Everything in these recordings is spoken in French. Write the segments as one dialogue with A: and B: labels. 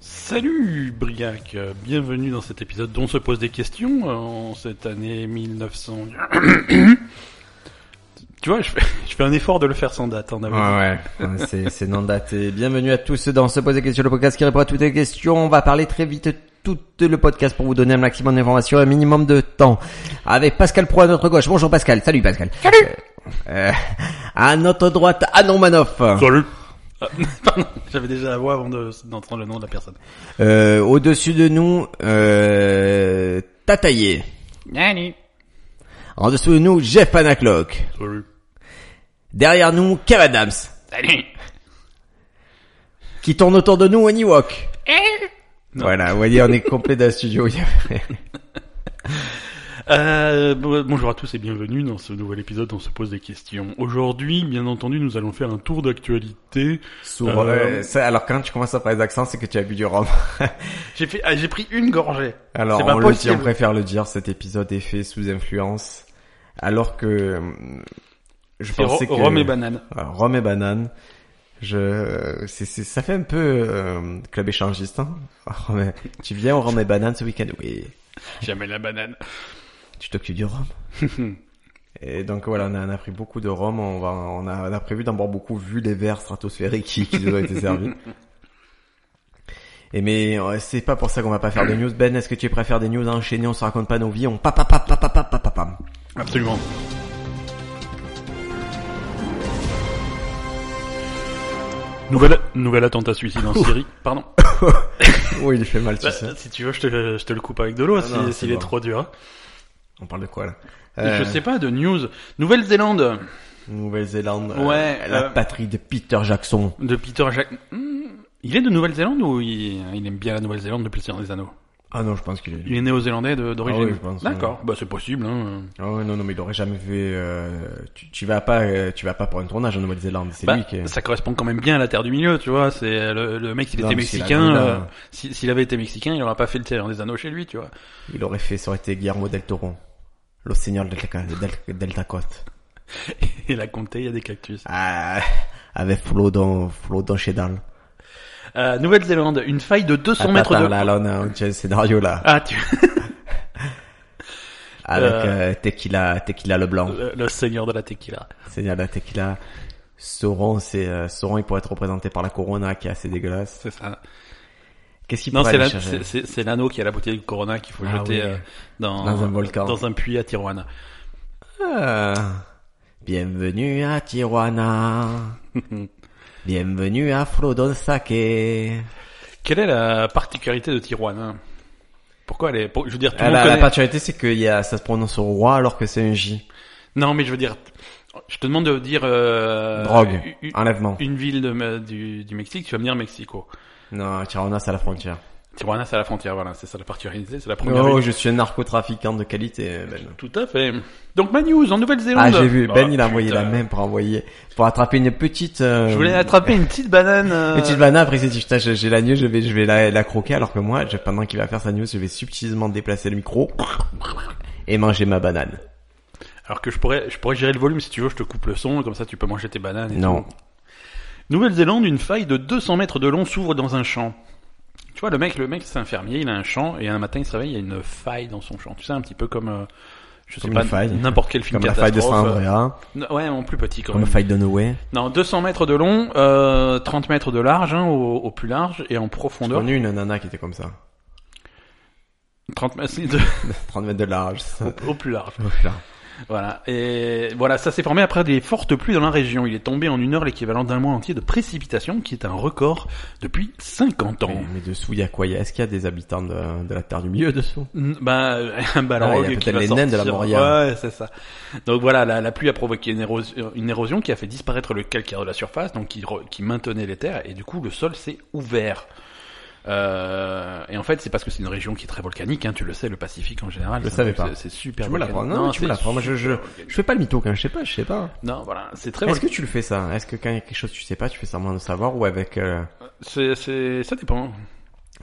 A: Salut Briac, Euh, bienvenue dans cet épisode dont se pose des questions euh, en cette année 1900. tu vois, je fais, je fais un effort de le faire sans date. hein, En avance.
B: Ouais, ouais. c'est, c'est non daté. Bienvenue à tous dans Se poser des questions, le podcast qui répond à toutes les questions. On va parler très vite tout le podcast pour vous donner un maximum d'informations et un minimum de temps. Avec Pascal Pro à notre gauche. Bonjour Pascal. Salut Pascal. Salut. à notre droite, Anon Manoff.
A: Salut. Ah, Pardon, j'avais déjà la voix avant de- d'entendre le nom de la personne.
B: Euh, au-dessus de nous, euh, Tataillé. En dessous de nous, Jeff Panaclock.
A: Salut.
B: Derrière nous, Kev Adams.
A: Salut.
B: Qui tourne autour de nous, Oni Walk. Voilà, vous voyez, on est complet d'un studio. il y a-
A: Euh, bon- bonjour à tous et bienvenue dans ce nouvel épisode On se pose des questions. Aujourd'hui, bien entendu, nous allons faire un tour d'actualité.
B: Souvent,
A: Euh,
B: euh, ça, alors quand tu commences à parler d'accent, c'est que tu as bu du rhum.
A: J'ai fait, ah, j'ai pris une gorgée.
B: Alors
A: C'est pas
B: on, le dit,
A: possible.
B: on préfère le dire, cet épisode est fait sous influence. Alors que hum, je
A: C'est
B: pensais
A: ro-
B: que
A: rhum et banane.
B: Euh, rhum et banane. Je, c'est, c'est- ça fait un peu euh, club échangiste. Hein Rhum et- tu viens au rhum et banane ce week-end Oui.
A: Jamais la banane.
B: Tu t'occupes du rhum. Et donc voilà, on a, on a pris beaucoup de rhum. On va, on a, on a prévu d'en boire beaucoup vu les verres stratosphériques qui, qui nous ont été servis. Et mais euh, c'est pas pour ça qu'on va pas faire de news. Ben, est-ce que tu es prêt à faire des news enchaînées On se raconte pas nos vies. On pa pa pa pa pa pa pa pa pam.
A: Absolument. Nouvel, nouvel attentat suicide en Syrie. Pardon.
B: Oui, il fait mal, tu
A: Bah,
B: sais.
A: si tu veux, je te, je te le coupe avec de l'eau
B: Ah
A: si-
B: non,
A: s'il
B: c'est
A: est
B: bon.
A: trop dur. hein.
B: On parle de quoi là
A: Et
B: Euh,
A: Je sais pas, de news. Nouvelle-Zélande
B: Nouvelle-Zélande.
A: Ouais,
B: la
A: euh,
B: patrie de Peter Jackson.
A: de Peter Jack. Hmm, Il est de Nouvelle-Zélande ou il, il aime bien la Nouvelle-Zélande depuis le Seigneur des Anneaux
B: Ah non, je pense qu'il est.
A: Il est néo-zélandais de- d'origine.
B: Ah oui, je pense,
A: D'accord, bah c'est possible. Hein.
B: Ah ouais, non, non, mais il aurait jamais fait. euh, Tu, tu vas pas, euh, tu vas pas pour un tournage en Nouvelle-Zélande. C'est
A: Bah,
B: lui qui. est-
A: Ça correspond quand même bien à la terre du milieu, tu vois. C'est euh, le, le mec, s'il
B: Non,
A: était
B: mais c'est la hein.
A: mexicain,
B: Grenade.
A: euh, si- s'il avait été mexicain, il aurait pas fait le Seigneur des Anneaux chez lui, tu vois.
B: Il aurait fait, ça aurait été Guillermo del Toro, le seigneur de la- del, del Tacote.
A: Et la comté, il y a des cactus.
B: Ah, avec Flo dans Flo dans Chedal.
A: Euh, Nouvelle-Zélande, une faille de 200 mètres de...
B: Ah, Là, là, on a un petit scénario là,
A: Ah, tu...
B: avec
A: Euh.
B: euh, Tequila, Tequila Leblanc.
A: le, le seigneur de la tequila.
B: Seigneur de la Tequila. Sauron, c'est euh, Sauron, il pourrait être représenté par la Corona qui est assez dégueulasse.
A: C'est ça.
B: Qu'est-ce qu'il
A: Non,
B: pourrait
A: c'est
B: aller
A: la-
B: chercher
A: c'est- c'est c'est l'anneau qui a la bouteille de Corona qu'il faut
B: Ah
A: jeter
B: oui.
A: euh, dans,
B: Dans un volcan.
A: dans un puits à Tijuana.
B: Ah. Bienvenue à Tijuana. Bienvenue à Flodonsake.
A: Quelle est la particularité de Tijuana Pourquoi elle est... pour- je veux dire, tout le
B: Ah,
A: monde
B: la, la
A: connaît...
B: particularité, c'est que y a, ça se prononce roi alors que c'est un J.
A: Non, mais je veux dire... Je te demande de dire... euh,
B: Drogue.
A: u- u-
B: Enlèvement.
A: Une ville de me- du, du Mexique, tu vas me dire Mexico.
B: Non, Tijuana, c'est à la frontière.
A: Tijuana, c'est à la frontière, voilà. C'est ça la particularité, c'est la première
B: Oh,
A: ville.
B: je suis un narcotrafiquant de qualité, Ben.
A: Tout à fait. Donc ma news en Nouvelle-Zélande.
B: Ah, j'ai vu.
A: Oh,
B: Ben, il a envoyé
A: putain.
B: la main pour envoyer, pour attraper une petite, euh,
A: Je voulais attraper une petite banane. euh,
B: Petite banane, après il s'est dit, putain, j'ai j'ai la news, je vais, je vais la, la croquer, alors que moi, je- pendant qu'il va faire sa news, je vais subtilement déplacer le micro et manger ma banane.
A: Alors que je pourrais, je pourrais gérer le volume si tu veux. Je te coupe le son, comme ça tu peux manger tes bananes. et
B: Non.
A: tout. Nouvelle-Zélande, une faille de 200 mètres de long s'ouvre dans un champ. Tu vois, le mec, le mec, c'est un fermier, il a un champ et un matin il se réveille, il y a une faille dans son champ. Tu sais, un petit peu comme, euh, je sais
B: Comme
A: pas,
B: une euh, faille.
A: n'importe quel film
B: Comme la faille de
A: catastrophe, euh,
B: Saint-Andréa,
A: non, Ouais, en plus petit quand
B: comme la
A: même.
B: faille de Noé.
A: Non, 200 mètres de long, euh, 30 mètres de large, hein, au, au plus large et en
B: J'ai
A: profondeur.
B: connu une nana qui était comme ça.
A: 30 mètres
B: 30 mètres de large. ça.
A: de- au plus large.
B: Oh, putain.
A: Voilà. Et voilà, ça s'est formé après des fortes pluies dans la région. Il est tombé en une heure l'équivalent d'un mois entier de précipitation, qui est un record depuis 50 ans.
B: Mais, mais dessous, il y a quoi Il y a- Est-ce qu'il y a des habitants de, de la Terre du Milieu dessous
A: Mm, Bah, un ballon
B: Ah, il y a
A: qui
B: peut-être
A: va
B: les naines de la
A: sortir.
B: Moria.
A: Ouais, c'est ça. Donc voilà, la, la pluie a provoqué une érosion, une érosion qui a fait disparaître le calcaire de la surface, donc qui, re- qui maintenait les terres, et du coup le sol s'est ouvert. Euh, et en fait, c'est parce que c'est une région qui est très volcanique, hein, tu le sais, le Pacifique en général.
B: Je
A: c'est-
B: savais pas.
A: c'est- C'est super
B: Tu me l'apprends.
A: volcanique.
B: Non, tu me
A: c'est
B: l'apprends. Moi, je-
A: super volcanique.
B: Je fais pas le mytho quand je sais pas, je sais pas.
A: Non, voilà, c'est très
B: Est-ce que tu le fais ça Est-ce que quand il y a quelque chose que tu sais pas, tu fais semblant de savoir ou avec euh,
A: C'est, c'est, ça dépend.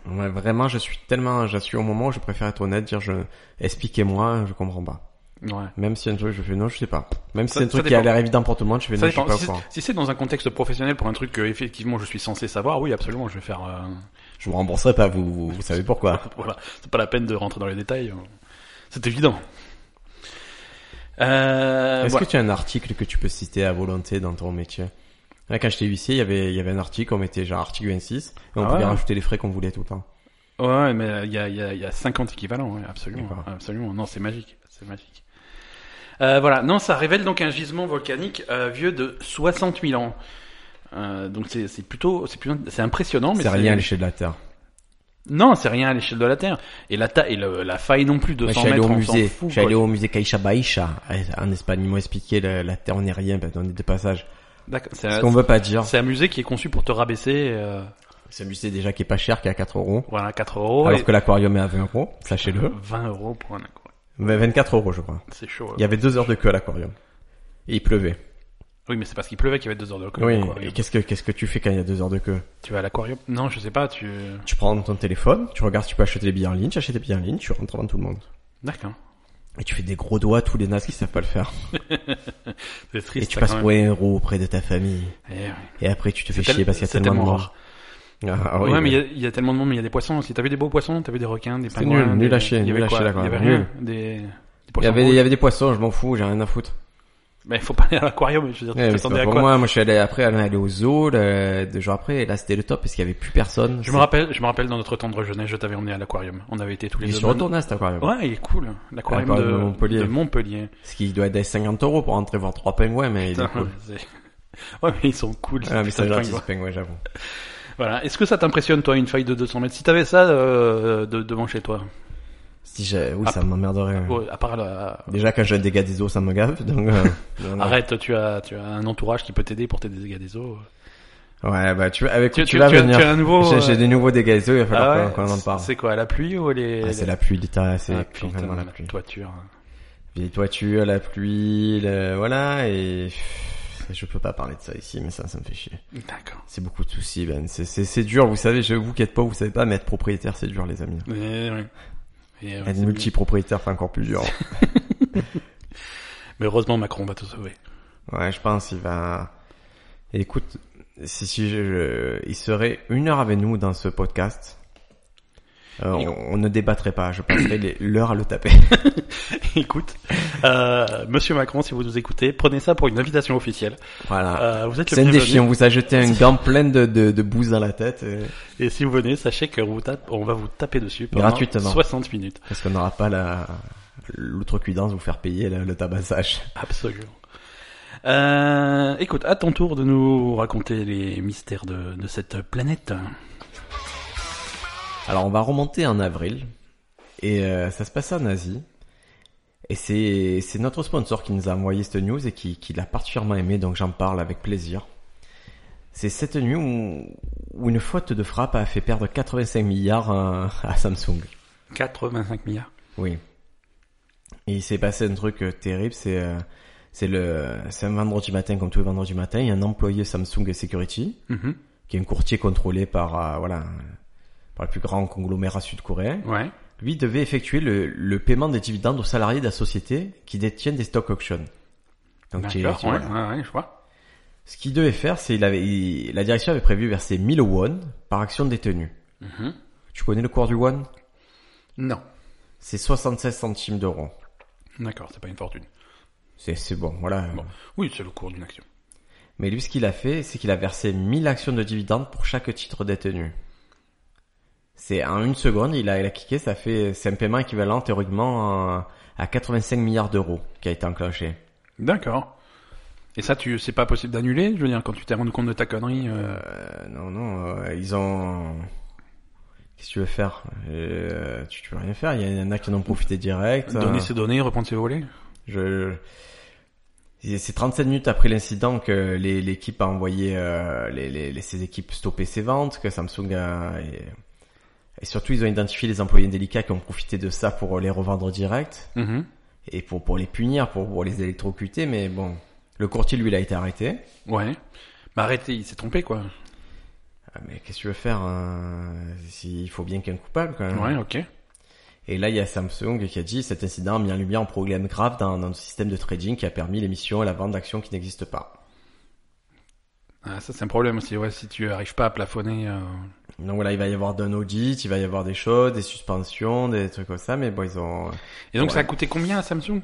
B: ouais, vraiment je suis tellement je suis au moment où je préfère être honnête dire je expliquez-moi, je comprends pas.
A: Ouais.
B: Même si un truc, je fais non, je sais pas. Même si
A: Ça-
B: c'est un
A: ça
B: truc qui
A: dépend.
B: a l'air évident pour tout le monde, je fais
A: Ça
B: non, je suis
A: dépend.
B: pas au
A: Si,
B: courant.
A: c'est- si c'est dans un contexte professionnel pour un truc que effectivement je suis censé savoir, oui absolument je vais faire. euh,
B: Je vous rembourserai pas, vous, vous, vous savez pourquoi.
A: voilà, c'est pas la peine de rentrer dans les détails. hein. C'est évident. Euh,
B: Est-ce
A: voilà.
B: que tu as un article que tu peux citer à volonté dans ton métier Là, quand j'étais huissier, il y avait, il y avait un article, on mettait genre article 26, et on
A: Ah
B: pouvait
A: ouais.
B: rajouter les frais qu'on voulait tout le temps.
A: Ouais, mais euh, il y a, il y, a, il y a 50 équivalents, ouais, absolument,
B: D'accord.
A: absolument. Non, c'est magique, c'est magique. Euh, voilà, non, ça révèle donc un gisement volcanique euh, vieux de 60 000 ans. Euh, donc c'est c'est plutôt, c'est plutôt- c'est impressionnant, mais
B: C'est rien à l'échelle de la Terre.
A: Non, c'est rien à l'échelle de la Terre. Et la taille, et le- la faille non plus,
B: Moi,
A: 200
B: je suis allé
A: mètres,
B: au
A: on s'en
B: musée,
A: fout,
B: je suis allé
A: quoi.
B: au musée Caixa Baixa, en Espagne, ils m'ont expliqué la, la Terre, on n'est rien, parce qu'on est de passage.
A: D'accord, Euh, c'est
B: Ce
A: un-
B: qu'on veut pas dire.
A: c'est un musée qui est conçu pour te rabaisser, euh,
B: C'est un musée déjà qui est pas cher, qui est à 4 euros.
A: voilà, 4 euros.
B: alors
A: et
B: que l'aquarium est à 20 euros, sachez-le.
A: 20 euros pour un aquarium.
B: Mais 24 euros, je crois.
A: C'est chaud. hein.
B: Il y avait deux heures de queue à l'aquarium. Et il pleuvait.
A: Oui, mais c'est parce qu'il pleuvait qu'il y avait 2 heures de queue.
B: Oui,
A: Aquarium.
B: et qu'est-ce que, qu'est-ce que tu fais quand il y a deux heures de queue?
A: Tu vas à l'aquarium Non, je sais pas, tu...
B: Tu prends ton téléphone, tu regardes si tu peux acheter des billets en ligne, tu achètes des billets en ligne, tu rentres avant tout le monde.
A: D'accord.
B: Et tu fais des gros doigts à tous les nazes qui savent pas le faire.
A: C'est triste,
B: et tu
A: ça,
B: passes
A: quand
B: pour un héros auprès de ta famille.
A: même. Eh ouais.
B: Et après, tu te fais
A: C'est
B: chier
A: tel-
B: parce qu'il y a
A: c'est
B: tellement de
A: tellement
B: monde.
A: rare.
B: Ah,
A: ouais,
B: oui,
A: mais il y a- il y, a tellement de monde, mais il y a des poissons aussi. T'as vu des beaux poissons T'as vu des requins, des
B: C'était
A: pingouins
B: nul, nul
A: des-
B: à chier,
A: Il y
B: nul
A: avait
B: à
A: quoi
B: chier, là,
A: Il y
B: quoi.
A: avait
B: Nul.
A: rien. Des, des
B: Il y
A: poissons.
B: avait, il
A: rouges.
B: y avait des poissons, je m'en fous, j'ai rien à foutre.
A: Mais faut pas aller à l'aquarium, je veux dire,
B: Eh, mais
A: tu
B: c'est
A: t'attendais
B: pas
A: à
B: pour
A: quoi
B: moi, moi je suis allé après, on est allé au zoo, le, deux jours euh, après, et là c'était le top parce qu'il y avait plus personne.
A: Je me rappelle, je me rappelle dans notre tendre jeunesse, je t'avais emmené à l'aquarium. On avait été tous
B: Il
A: les
B: est
A: deux.
B: sur retourné à cet aquarium.
A: Ouais, il est cool. L'aquarium
B: L'aquarium
A: de,
B: de Montpellier.
A: de Montpellier.
B: Ce qui doit être à 50 euros pour entrer voir trois pingouins, mais il est
A: Putain,
B: cool.
A: c'est- Ouais, mais ils sont cool. ces
B: Ah, mais
A: putains
B: c'est
A: de
B: gentil
A: pingouins.
B: ce pingouin, j'avoue.
A: Voilà. Est-ce que ça t'impressionne, toi, une faille de 200 mètres Si t'avais ça euh, de, devant chez toi,
B: Si j'ai, oui,
A: Ah,
B: ça m'emmerderait. ouais.
A: Ouais, à part la...
B: Déjà quand j'ai un dégât des eaux, ça me gave, donc. euh, non, non.
A: Arrête, tu as, tu as un entourage qui peut t'aider pour tes dégâts des eaux.
B: Ouais, bah tu, avec
A: Tu,
B: tu,
A: tu,
B: vas
A: tu as,
B: venir.
A: tu as un nouveau.
B: J'ai-
A: euh,
B: J'ai des nouveaux dégâts des eaux, il va falloir
A: ah ouais,
B: qu'on- qu'on en parle.
A: C'est quoi, la pluie ou les.
B: Ah, c'est la pluie, l'État, c'est
A: Ah, putain,
B: complètement la pluie.
A: toiture.
B: Vieille toiture, la pluie, le- voilà, et pff, je peux pas parler de ça ici, mais ça, ça me fait chier.
A: D'accord.
B: C'est beaucoup de soucis, Ben. C'est- C'est c'est dur, vous savez, je vous qui êtes pas, vous savez pas, mais être propriétaire, c'est dur, les amis.
A: Et ouais. Et ouais,
B: Être
A: c'est-
B: multipropriétaire, c'est encore plus dur.
A: Mais heureusement, Macron va te sauver.
B: Ouais, je pense, il va... Et écoute, si, si je, je- il serait une heure avec nous dans ce podcast, euh,
A: Et-
B: on, on ne débattrait pas, je passerais les- l'heure à le taper.
A: Écoute, euh, Monsieur Macron, si vous nous écoutez, prenez ça pour une invitation officielle.
B: Voilà.
A: Euh, vous êtes le
B: Ah. c'est un
A: bienvenu.
B: défi, on vous a jeté un gant plein de, de, de bouse dans la tête, euh,
A: Et si vous venez, sachez qu'on vous tape, on va vous taper dessus pendant
B: Gratuitement.
A: 60 minutes.
B: parce qu'on n'aura pas la l'outrecuidance de vous faire payer le, le tabassage.
A: Absolument. Euh, écoute, à ton tour de nous raconter les mystères de, de cette planète.
B: Alors on va remonter en avril et euh, ça se passe en Asie et c'est c'est notre sponsor qui nous a envoyé cette news et qui, qui l'a particulièrement aimé donc j'en parle avec plaisir. C'est cette nuit où, où une faute de frappe a fait perdre 85 milliards euh, à Samsung.
A: 85 milliards.
B: Oui. Et il s'est passé un truc euh, terrible, c'est euh, c'est le c'est un vendredi matin comme tous les vendredis matin, il y a un employé Samsung Security
A: Mhm.
B: qui est un courtier contrôlé par euh, voilà par le plus grand conglomérat sud-coréen.
A: Ouais.
B: Lui devait effectuer le, le paiement des dividendes aux salariés de la société qui détiennent des stock options. Donc, tu-
A: D'accord,
B: tu-
A: ouais,
B: voilà.
A: ouais, ouais, je vois.
B: Ce qu'il devait faire, c'est il avait il- la direction avait prévu verser 1000 won par action détenue.
A: Mhm.
B: Tu connais le cours du won
A: Non.
B: C'est 76 centimes d'euros.
A: D'accord, c'est pas une fortune.
B: C'est c'est bon, voilà.
A: Bon. Oui, c'est le cours d'une action.
B: Mais lui, ce qu'il a fait, c'est qu'il a versé 1000 actions de dividendes pour chaque titre détenu. C'est en une seconde, il a, il a cliqué, ça fait, c'est un paiement équivalent théoriquement à, à 85 milliards d'euros qui a été enclenché.
A: D'accord. Et ça, tu, c'est pas possible d'annuler, je veux dire, quand tu t'es rendu compte de ta connerie. euh,
B: Euh, non, non, euh, ils ont... Qu'est-ce que tu veux faire Euh, Tu tu veux rien faire, il y en a qui en ont profité direct.
A: donner
B: Euh,
A: ses données, reprendre ses volets.
B: Je... je- C'est 37 minutes après l'incident que les- l'équipe a envoyé euh, les, les, les- ses équipes stopper ses ventes, que Samsung a... Et, et surtout, ils ont identifié les employés délicats qui ont profité de ça pour les revendre direct
A: Mhm.
B: et pour, pour les punir, pour, pour les électrocuter. Mais bon, le courtier, lui, il a été arrêté.
A: Ouais. Bah arrêtez, il s'est trompé, quoi.
B: Ah, Mais qu'est-ce que tu veux faire hein S'il faut bien qu'il y ait un coupable, quand même.
A: Ouais, ok.
B: Et là, il y a Samsung qui a dit cet incident a mis en lumière un problème grave dans notre système de trading qui a permis l'émission et la vente d'actions qui n'existent pas.
A: Ah, ça, c'est un problème aussi. Ouais, si tu arrives pas à plafonner. euh,
B: Donc voilà, il va y avoir d'un audit, il va y avoir des choses, des suspensions, des trucs comme ça, mais bon, ils ont.
A: Et donc,
B: Ouais.
A: ça a coûté combien à Samsung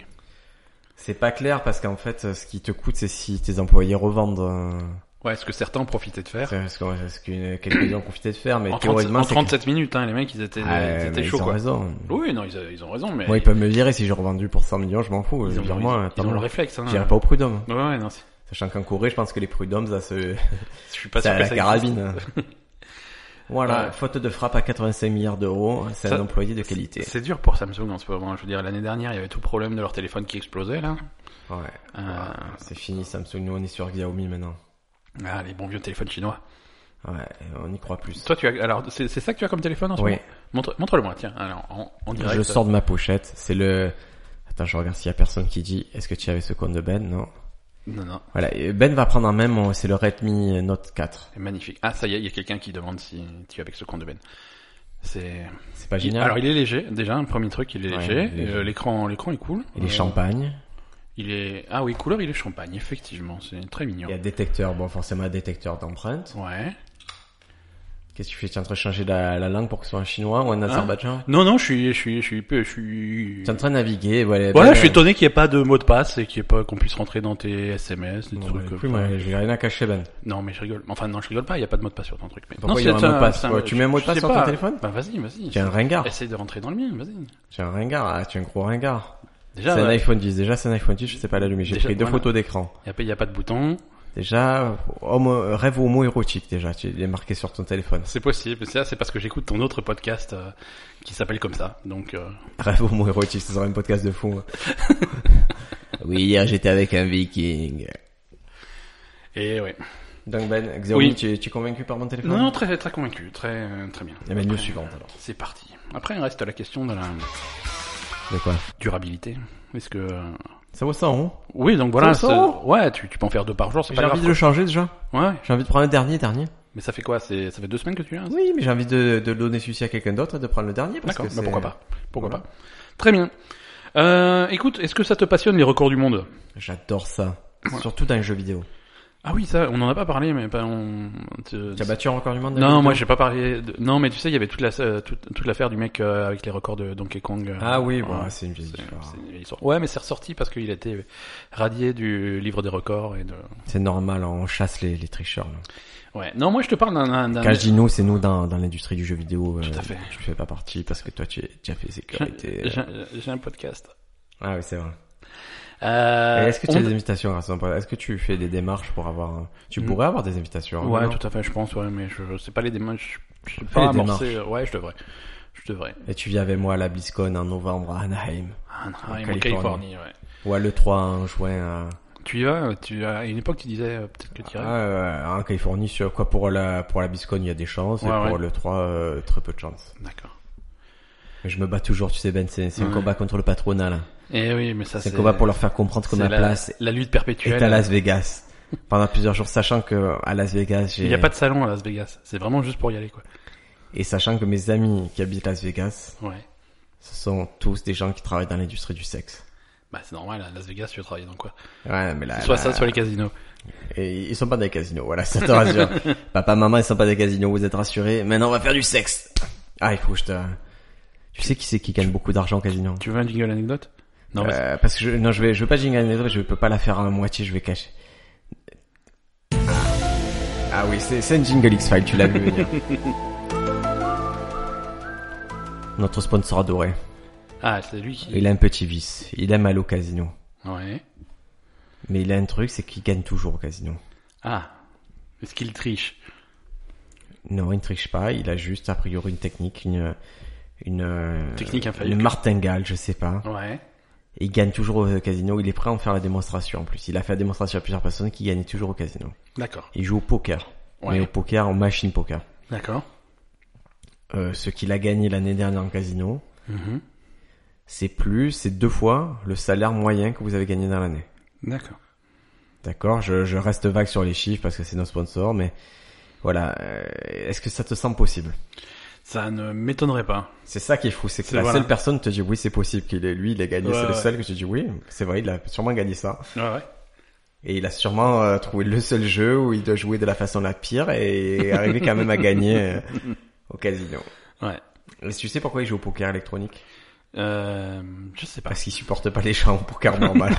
B: C'est pas clair parce qu'en fait, ce qui te coûte, c'est si tes employés revendent. euh,
A: Ouais, ce que certains ont profité de faire.
B: C'est ce qu'on- c'est ce que quelques-uns ont profité de faire, mais
A: En, 30
B: théoriquement,
A: en
B: c'est-
A: 37 minutes, hein, les mecs, ils étaient,
B: Ah,
A: ils
B: mais
A: étaient
B: ils
A: chauds,
B: ont
A: quoi.
B: raison.
A: Oui, non, ils, ils ont raison, mais.
B: Moi, ils peuvent me virer si j'ai revendu pour 100 millions, je m'en fous.
A: ils ont,
B: Vire
A: ils-
B: moi,
A: ils ont le réflexe. Hein.
B: J'irai pas au prud'homme.
A: Ouais, ouais, non, c'est-
B: Sachant qu'en Corée, je pense que les prud'hommes, ça se,
A: je suis pas
B: c'est
A: sûr
B: à
A: que
B: la
A: ça
B: carabine. voilà,
A: Ouais.
B: faute de frappe à 85 milliards d'euros, c'est
A: Ça-
B: un employé de
A: existe.
B: qualité.
A: C'est dur pour Samsung en ce moment. Je veux dire, l'année dernière, il y avait tout le problème de leur téléphone qui explosait, là.
B: Ouais.
A: Euh,
B: C'est fini Samsung, nous on est sur Xiaomi maintenant.
A: Ah, les bons vieux téléphones chinois.
B: Ouais, euh, on n'y croit plus.
A: Toi, tu as. Alors, c'est c'est ça que tu as comme téléphone en ce
B: Oui.
A: moment Montre- Montre-le-moi, tiens. Alors, en, en direct.
B: Je sors de ma pochette, c'est le... Attends, je regarde s'il y a personne qui dit, est-ce que tu avais ce compte de Ben Non.
A: Non, non,
B: Voilà, et Ben va prendre en main, mon- c'est le Redmi Note 4.
A: c'est magnifique. Ah, ça y est, il y a quelqu'un qui demande si tu es avec ce compte de Ben. C'est.
B: C'est pas
A: il-
B: génial
A: Alors, il est léger, déjà, un premier truc, il est
B: Ouais,
A: léger.
B: il est léger.
A: Euh, L'écran l'écran est cool.
B: Il est
A: Euh,
B: champagne,
A: Il est. Ah oui, couleur, il est champagne, effectivement. C'est très mignon.
B: il y a détecteur, bon forcément un détecteur d'empreintes.
A: Ouais.
B: Qu'est-ce que tu fais Tu es en train de changer la, la langue pour que ce soit un chinois
A: Hein?
B: ou un azerbaïdjan
A: Non, non, je suis. Je suis. Je suis. peu- Je suis...
B: Tu es en train de naviguer, voilà.
A: Voilà,
B: Ben,
A: je suis étonné qu'il n'y ait pas de mot de passe et qu'il y ait pas qu'on puisse rentrer dans tes SMS, des
B: bon,
A: trucs.
B: ben,
A: comme
B: plus,
A: ça.
B: moi, j'ai rien à cacher Ben.
A: Non, mais je rigole. Enfin, non, je rigole pas. Il y a pas de mot de passe sur ton truc. Mais...
B: Pourquoi
A: non,
B: il y a
A: c'est
B: un mot de passe Ouais, Tu mets un mot de
A: je
B: passe
A: sais
B: sur
A: pas.
B: ton téléphone
A: Bah vas-y, vas-y.
B: Tu es un ringard,
A: Essaye de rentrer dans le mien, vas-y.
B: tu es un ringard, ah, tu es un gros ringard.
A: Déjà,
B: c'est un
A: il
B: iPhone 10. Déjà, c'est un iPhone 10. Je sais pas l'allumer. J'ai
A: Déjà,
B: pris deux
A: voilà.
B: photos d'écran.
A: n'y a, pas de bouton.
B: Déjà, homo, rêve homo érotique. Déjà, tu l'es marqué sur ton téléphone.
A: C'est possible. Ça, c'est parce que j'écoute ton autre podcast euh, qui s'appelle comme ça. Donc, euh,
B: Rêve homo érotique. Ce serait un podcast de fou. hein. oui, hier j'étais avec un Viking.
A: et ouais.
B: Donc Ben, Xiaomi,
A: Oui.
B: tu, tu es convaincu par mon téléphone
A: Non, non, très, très convaincu. Très, euh, très bien.
B: La news suivante alors.
A: C'est parti. Après, il reste la question de la
B: De quoi
A: durabilité. Est-ce que euh,
B: Ça vaut 100 euros.
A: oui, donc voilà.
B: Ça,
A: c'est-
B: ça
A: Ouais, tu, tu peux en faire deux par jour, c'est
B: J'ai
A: pas
B: envie
A: grave.
B: de le changer déjà.
A: quoi. Ouais,
B: J'ai envie de prendre le dernier, dernier.
A: mais ça fait quoi C'est ça fait deux semaines que tu l'as.
B: Oui, mais j'ai envie de, de le donner celui-ci à quelqu'un d'autre et de prendre le dernier. parce
A: D'accord,
B: que
A: bah
B: c'est-
A: pourquoi pas Pourquoi
B: Voilà.
A: pas Très bien. Euh, écoute, est-ce que ça te passionne les records du monde
B: J'adore ça.
A: Ouais.
B: Surtout dans les jeux vidéo.
A: Ah oui, ça, on en a pas parlé, mais pas on. te-
B: Tu as battu un record du monde dans les
A: non,
B: jeux
A: moi
B: vidéo
A: j'ai pas parlé. De... Non, mais tu sais, il y avait toute la euh, toute, toute l'affaire du mec euh, avec les records de Donkey Kong. euh,
B: Ah oui, bon,
A: ouais,
B: c'est une vieille
A: c'est-
B: histoire.
A: c'est une vieille histoire. Ouais, mais c'est ressorti parce qu'il a été radié du livre des records et de.
B: C'est normal, on chasse les, les tricheurs. là.
A: Ouais. Non, moi je te parle d'un- d'un. d'un-
B: Quand je dis nous, c'est nous dans, dans l'industrie du jeu vidéo. euh,
A: Euh, Tout à fait.
B: Je fais pas partie parce que toi, tu es déjà fait sécurité. euh.
A: J'ai j'ai- j'ai un podcast.
B: Ah oui, c'est vrai.
A: Euh,
B: Et Est-ce que tu
A: on-
B: as des invitations à ce moment Est-ce que tu fais des démarches pour avoir... un- Tu
A: Mm.
B: pourrais avoir des invitations.
A: Ouais,
B: non
A: tout à fait, je pense, ouais, mais je, je sais pas les démarches. Je sais
B: Fais
A: pas
B: les
A: amorcer. euh, Ouais, je devrais. Je devrais.
B: Et tu viens avec moi à la BlizzCon en novembre à Anaheim.
A: Anaheim,
B: En
A: en
B: Californie.
A: Californie, ouais.
B: Ou à l'E3 en juin à...
A: Tu y vas, tu, à une époque tu disais euh, peut-être que tu irais.
B: Ah, ouais, en Californie, sur quoi pour la pour la BlizzCon, il y a des chances,
A: Ouais,
B: et pour l'E3, euh, très peu de chances.
A: D'accord.
B: Mais je me bats toujours, tu sais Ben, c'est c'est un
A: Ouais.
B: combat contre le patronat là.
A: Et Eh oui, mais ça Mm. c'est.
B: C'est un combat pour leur faire comprendre que
A: c'est
B: ma
A: la,
B: place
A: La lutte
B: est à
A: perpétuelle.
B: Las Vegas pendant plusieurs jours, sachant que à Las Vegas, j'ai-
A: Il n'y a pas de salon à Las Vegas. C'est vraiment juste pour y aller, quoi.
B: et sachant que mes amis qui habitent Las Vegas,
A: Ouais.
B: ce sont tous des gens qui travaillent dans l'industrie du sexe.
A: Bah c'est normal, à Las Vegas tu veux travailler dans quoi
B: Ouais, mais là,
A: Soit
B: là-
A: ça, soit les casinos.
B: et ils sont pas dans les casinos, voilà, ça te rassure. Papa, maman, ils sont pas dans les casinos, vous êtes rassurés. Maintenant, on va faire du sexe. Ah, il faut que je te. Tu sais qui c'est qui gagne beaucoup d'argent au casino
A: Tu veux un jingle anecdote Non, mais
B: Euh, parce que je, non, je vais, je veux pas jingle anecdote, je peux pas la faire à moitié, je vais cacher. Ah, Ah oui, c'est, c'est une jingle X-File, tu l'as vu venir. Notre sponsor adoré.
A: c'est- ah c'est lui qui.
B: Il a un petit vice. Il aime aller au casino.
A: Ouais.
B: Mais il a un truc, c'est qu'il gagne toujours au casino.
A: Ah. Est-ce qu'il triche
B: Non, il ne triche pas. Il a juste, a priori, une technique, une, une, euh,
A: Technique infaillible.
B: une martingale, je sais pas.
A: Ouais.
B: Et il gagne toujours au casino. Il est prêt à en faire la démonstration, en plus. Il a fait la démonstration à plusieurs personnes qui gagnait toujours au casino.
A: D'accord.
B: Il joue au poker.
A: Ouais.
B: Mais au poker, en machine poker.
A: D'accord.
B: Euh, ce qu'il a gagné l'année dernière en casino,
A: Mhm.
B: c'est plus, c'est deux fois le salaire moyen que vous avez gagné dans l'année.
A: D'accord.
B: D'accord, je, je reste vague sur les chiffres parce que c'est nos sponsors, mais voilà. euh, Est-ce que ça te semble possible
A: Ça ne m'étonnerait pas.
B: C'est ça qui est fou, c'est que
A: C'est-
B: la
A: voilà.
B: seule personne te dit oui, c'est possible qu'il ait lui, il a gagné.
A: Ouais,
B: c'est le
A: ouais.
B: seul que j'ai dit oui, c'est vrai, il a sûrement gagné ça.
A: Ouais, ouais.
B: Et il a sûrement euh, trouvé le seul jeu où il doit jouer de la façon la pire et arriver quand même à gagner euh, au casino.
A: Ouais.
B: Et tu sais pourquoi il joue au poker électronique
A: Euh, je sais pas.
B: Parce qu'il supporte pas les gens au poker normal.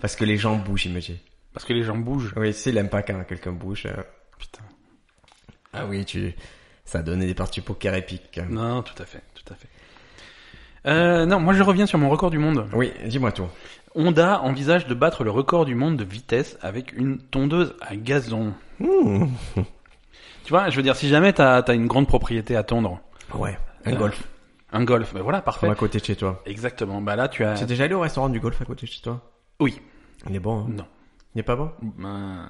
B: Parce que les gens bougent, imagine.
A: Parce que les gens bougent.
B: Oui, tu sais, il aime pas quand quelqu'un bouge. euh.
A: Oh, Putain.
B: Ah oui, tu... ça a donné des parties poker épiques.
A: Non, non, tout à fait, tout à fait. Euh, non, moi je reviens sur mon record du monde.
B: Oui, dis-moi tout.
A: Honda envisage de battre le record du monde de vitesse avec une tondeuse à gazon.
B: Mmh.
A: Tu vois, je veux dire, si jamais t'as as une grande propriété à tondre,
B: Ouais, un
A: Euh,
B: golf.
A: un golf, ben voilà,
B: Comme
A: parfait.
B: à côté de chez toi.
A: Exactement. Bah là, tu
B: Tu
A: as.
B: es déjà allé au restaurant du golf à côté de chez toi
A: Oui.
B: Il est bon, hein
A: Non.
B: Il est pas bon
A: Ben,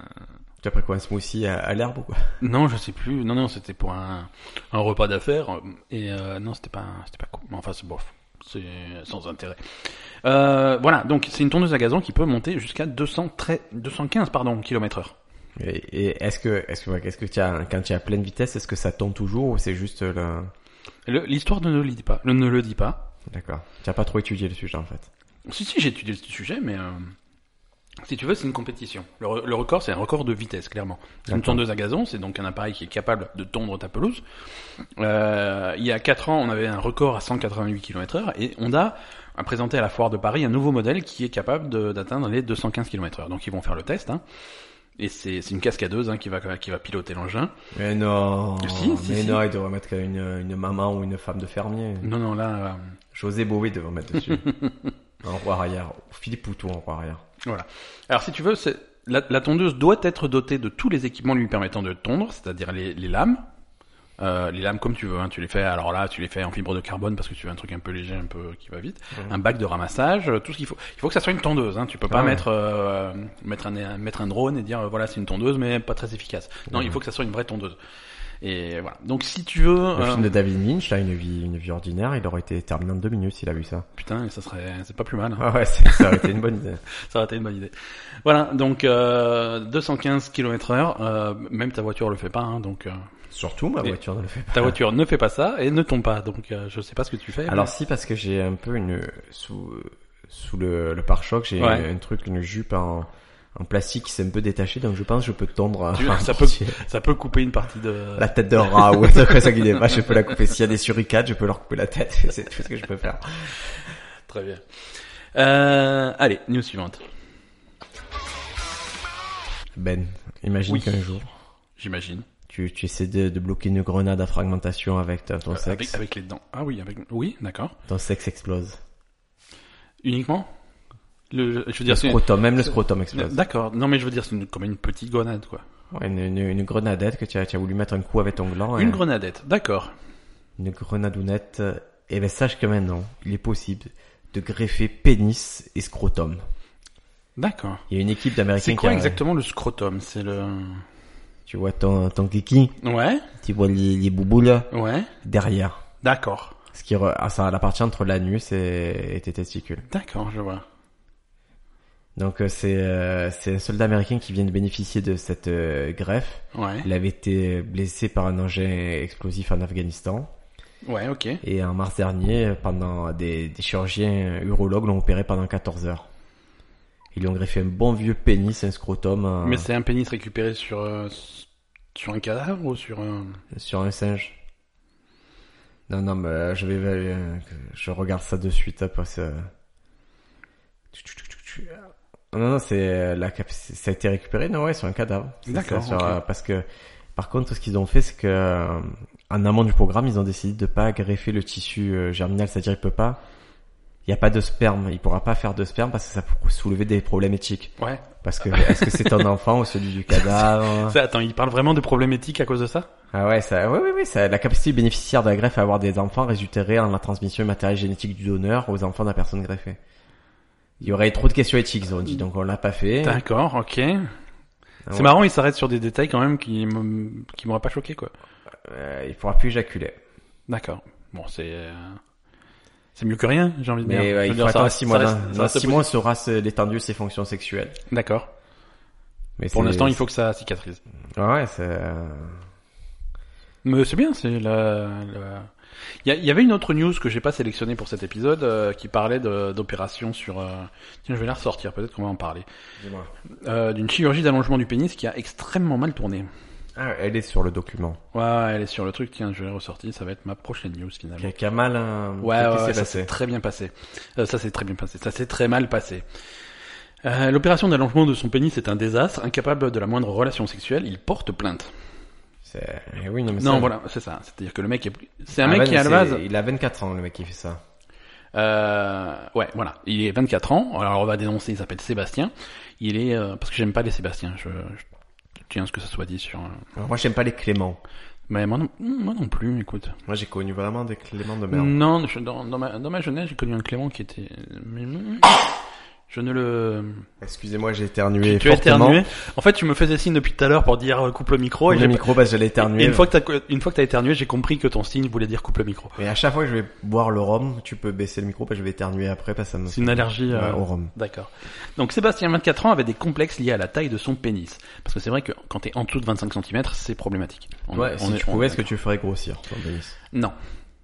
B: Tu as pris quoi, un smoothie à, à l'herbe ou quoi
A: Non, je sais plus. Non, non, c'était pour un, un repas d'affaires. Et euh, non, c'était pas, c'était pas cool. Mais enfin, c'est bof. C'est sans intérêt. Euh, voilà, donc c'est une tondeuse à gazon qui peut monter jusqu'à 200 très- 215 pardon, km heure.
B: Et, et est-ce que, est-ce que, est-ce que tu as, quand tu es à pleine vitesse, est-ce que ça tombe toujours ou c'est juste euh, le...
A: Le- L'histoire ne le dit pas. Ne le dit pas.
B: D'accord. Tu as pas trop étudié le sujet en fait.
A: Si, si, j'ai étudié le sujet, mais euh, si tu veux, c'est une compétition. Le, re- le record, c'est un record de vitesse, clairement. C'est une
B: D'accord.
A: tondeuse à gazon, c'est donc un appareil qui est capable de tondre ta pelouse. Euh, il y a 4 ans, on avait un record à 188 km heure et Honda a présenté à la foire de Paris un nouveau modèle qui est capable de- d'atteindre les 215 km heure. Donc ils vont faire le test. Hein. Et c'est c'est une cascadeuse hein, qui, va, qui va piloter l'engin.
B: Mais non
A: Si, si,
B: Mais
A: si.
B: non, il devrait mettre une, une maman ou une femme de fermier.
A: Non, non, là... euh,
B: José Bové devrait mettre dessus. un roi arrière. Philippe Poutou en roi arrière.
A: Voilà. Alors si tu veux, c'est- la, la tondeuse doit être dotée de tous les équipements lui permettant de tondre, c'est-à-dire les, les lames. Euh, les lames comme tu veux, hein. tu les fais. Alors là, tu les fais en fibre de carbone parce que tu veux un truc un peu léger, un peu qui va vite.
B: Mhm.
A: Un bac de ramassage, euh, tout ce qu'il faut. Il faut que ça soit une tondeuse. Hein. Tu peux pas
B: Ah ouais.
A: mettre euh, mettre un mettre un drone et dire euh, voilà c'est une tondeuse, mais pas très efficace. Non, il faut que ça soit une vraie tondeuse. Et voilà. Donc si tu veux,
B: Le
A: euh,
B: film de David Lynch, là, une vie, une vie ordinaire, il aurait été terminé en deux minutes s'il a vu ça.
A: putain, ça serait c'est pas plus mal. hein.
B: Ah ouais, c'est- ça aurait été une bonne idée.
A: Ça aurait été une bonne idée. Voilà, donc euh, 215 km heure, euh, même ta voiture le fait pas, hein, donc euh,
B: Surtout, ma
A: Et-
B: voiture ne le fait pas.
A: ta voiture ne fait pas ça et ne tombe pas, donc euh, je sais pas ce que tu fais.
B: Alors si, parce que j'ai un peu une... euh, Sous, sous le, le pare-choc, j'ai
A: Ouais.
B: un truc, une jupe en, en plastique qui s'est un peu détachée, donc je pense que je peux tendre à-
A: Tu-
B: à
A: ça
B: partir-
A: mais ça peut couper une partie de...
B: La tête d'un rat ou un truc comme ça qui dépasse, je peux la couper. S'il y a des suricates, je peux leur couper la tête. C'est tout ce que je peux faire.
A: Très bien. Euh, allez, news suivante,
B: Ben, imagine
A: Oui.
B: qu'un jour,
A: j'imagine.
B: tu, tu essaies de, de bloquer une grenade à fragmentation avec ta- ton sexe.
A: Euh, Avec, euh, avec les dents. Ah oui, avec... Oui, d'accord.
B: Ton sexe explose.
A: Uniquement le, Je veux
B: Le
A: dire, c'est...
B: scrotum, même le scrotum explose.
A: D'accord, non mais je veux dire, c'est une- comme une petite grenade, quoi.
B: Ouais, Une, une, une grenadette que tu as, tu as voulu mettre un coup avec ton gland.
A: Une
B: hein.
A: grenadette, d'accord.
B: Une grenadounette. Et ben sache que maintenant, il est possible de greffer pénis et scrotum.
A: D'accord.
B: Il y a une équipe d'Américains
A: C'est quoi
B: qui a-
A: exactement le scrotum C'est le...
B: Tu vois ton, ton kiki,
A: Ouais,
B: tu vois les, les boubous là,
A: ouais,
B: derrière.
A: d'accord.
B: Ce qui re- ah, ça la partie entre l'anus et, et tes testicules.
A: D'accord, je vois.
B: Donc euh, c'est euh, c'est un soldat américain qui vient de bénéficier de cette euh, greffe.
A: Ouais.
B: Il avait été blessé par un engin explosif en Afghanistan.
A: Ouais, ok.
B: Et en mars dernier, pendant des, des chirurgiens urologues l'ont opéré pendant 14 heures. Ils lui ont greffé un bon vieux pénis, un scrotum euh,
A: Mais c'est un pénis récupéré sur euh, sur un cadavre ou sur un.
B: sur un singe. Non, non, mais euh, je vais, euh, je regarde ça de suite après ça. Non, non, c'est euh, la cap- ça a été récupéré, non, ouais, sur un cadavre. C'est
A: D'accord,
B: ça, sur,
A: ok.
B: euh, Parce que, par contre, ce qu'ils ont fait, c'est que, euh, en amont du programme, ils ont décidé de pas greffer le tissu euh, germinal, c'est-à-dire il peut pas, il n'y a pas de sperme, il pourra pas faire de sperme parce que ça pourrait soulever des problèmes éthiques.
A: Ouais.
B: Parce que, est-ce que c'est ton enfant ou celui du cadavre
A: Ça, attends, il parle vraiment de problèmes éthiques à cause de ça
B: Ah ouais, ça, ouais, ouais, ouais, ça, la capacité bénéficiaire de la greffe à avoir des enfants résulterait en la transmission matérielle génétique du donneur aux enfants de la personne greffée. Il y aurait trop de questions éthiques, ils ont dit, donc on l'a pas fait.
A: D'accord, ok. c'est
B: Ah ouais.
A: marrant, il s'arrête sur des détails quand même qui m- qui m'auraient pas choqué quoi.
B: Euh, il pourra plus éjaculer.
A: D'accord. Bon, c'est euh, c'est mieux que rien, j'ai envie de dire.
B: Mais ouais,
A: Je
B: il
A: veux dire,
B: faut
A: ça
B: attendre
A: reste-
B: 6
A: ça
B: mois.
A: reste-
B: dans-
A: ça
B: Dans
A: reste
B: 6 mois sera ce- l'étendue de ses fonctions sexuelles.
A: D'accord.
B: Mais
A: Pour
B: c'est- euh,
A: l'instant, il faut que ça cicatrise.
B: Ouais, c'est...
A: Mais c'est bien, c'est la. la- Il y, a- il y avait une autre news que j'ai pas sélectionnée pour cet épisode euh, qui parlait de- d'opérations sur. euh, Tiens, je vais la ressortir. Peut-être qu'on va en parler.
B: Dis-moi.
A: Euh, D'une chirurgie d'allongement du pénis qui a extrêmement mal tourné.
B: Ah, elle est sur le document.
A: Ouais, elle est sur le truc. Tiens, je l'ai ressortie. Ça va être ma prochaine news finalement.
B: Qui a mal. hein,
A: Ouais, ouais,
B: qu'est-ce qui
A: ouais,
B: s'est
A: ça
B: passé
A: s'est très bien passé. Euh, ça s'est très bien passé. Ça s'est très mal passé. Euh, L'opération d'allongement de son pénis est un désastre. Incapable de la moindre relation sexuelle, il porte plainte.
B: C'est- eh Oui, non, mais
A: non,
B: ça-
A: voilà, c'est ça. C'est-à-dire que le mec est, c'est
B: Ah,
A: un mec
B: ouais,
A: qui à la
B: c'est-
A: base,
B: Il a 24 ans, le mec qui fait ça.
A: euh, ouais, voilà, il est 24 ans. Alors on va dénoncer. Il s'appelle Sébastien. Il est euh, parce que j'aime pas les Sébastiens. Je, je tiens à ce que ça soit dit sur. euh,
B: Alors, moi, j'aime pas les Clément.
A: Mais moi non, moi non plus. Écoute.
B: Moi, j'ai connu vraiment des Clément de merde.
A: Non, je- dans, dans ma, dans ma jeunesse, j'ai connu un Clément qui était. mais- Je ne le.
B: Excusez-moi, j'ai éternué.
A: Tu as
B: fortement.
A: éternué. En fait, tu me faisais signe depuis tout à l'heure pour dire euh, coupe le micro. Et,
B: Le
A: j'ai-
B: micro, parce que j'allais éternuer.
A: et une fois que t'as une fois que t'as éternué, j'ai compris que ton signe voulait dire coupe le micro.
B: Mais à chaque fois que je vais boire le rhum, tu peux baisser le micro parce que je vais éternuer après parce que ça me
A: C'est une allergie. euh,
B: Ouais, au rhum.
A: D'accord. Donc Sébastien, 24 ans, avait des complexes liés à la taille de son pénis. Parce que c'est vrai que quand t'es en dessous de 25 cm, c'est problématique. On-
B: ouais,
A: on
B: si
A: est-
B: tu
A: on-
B: pouvais, est-ce que tu ferais grossir ton pénis
A: Non.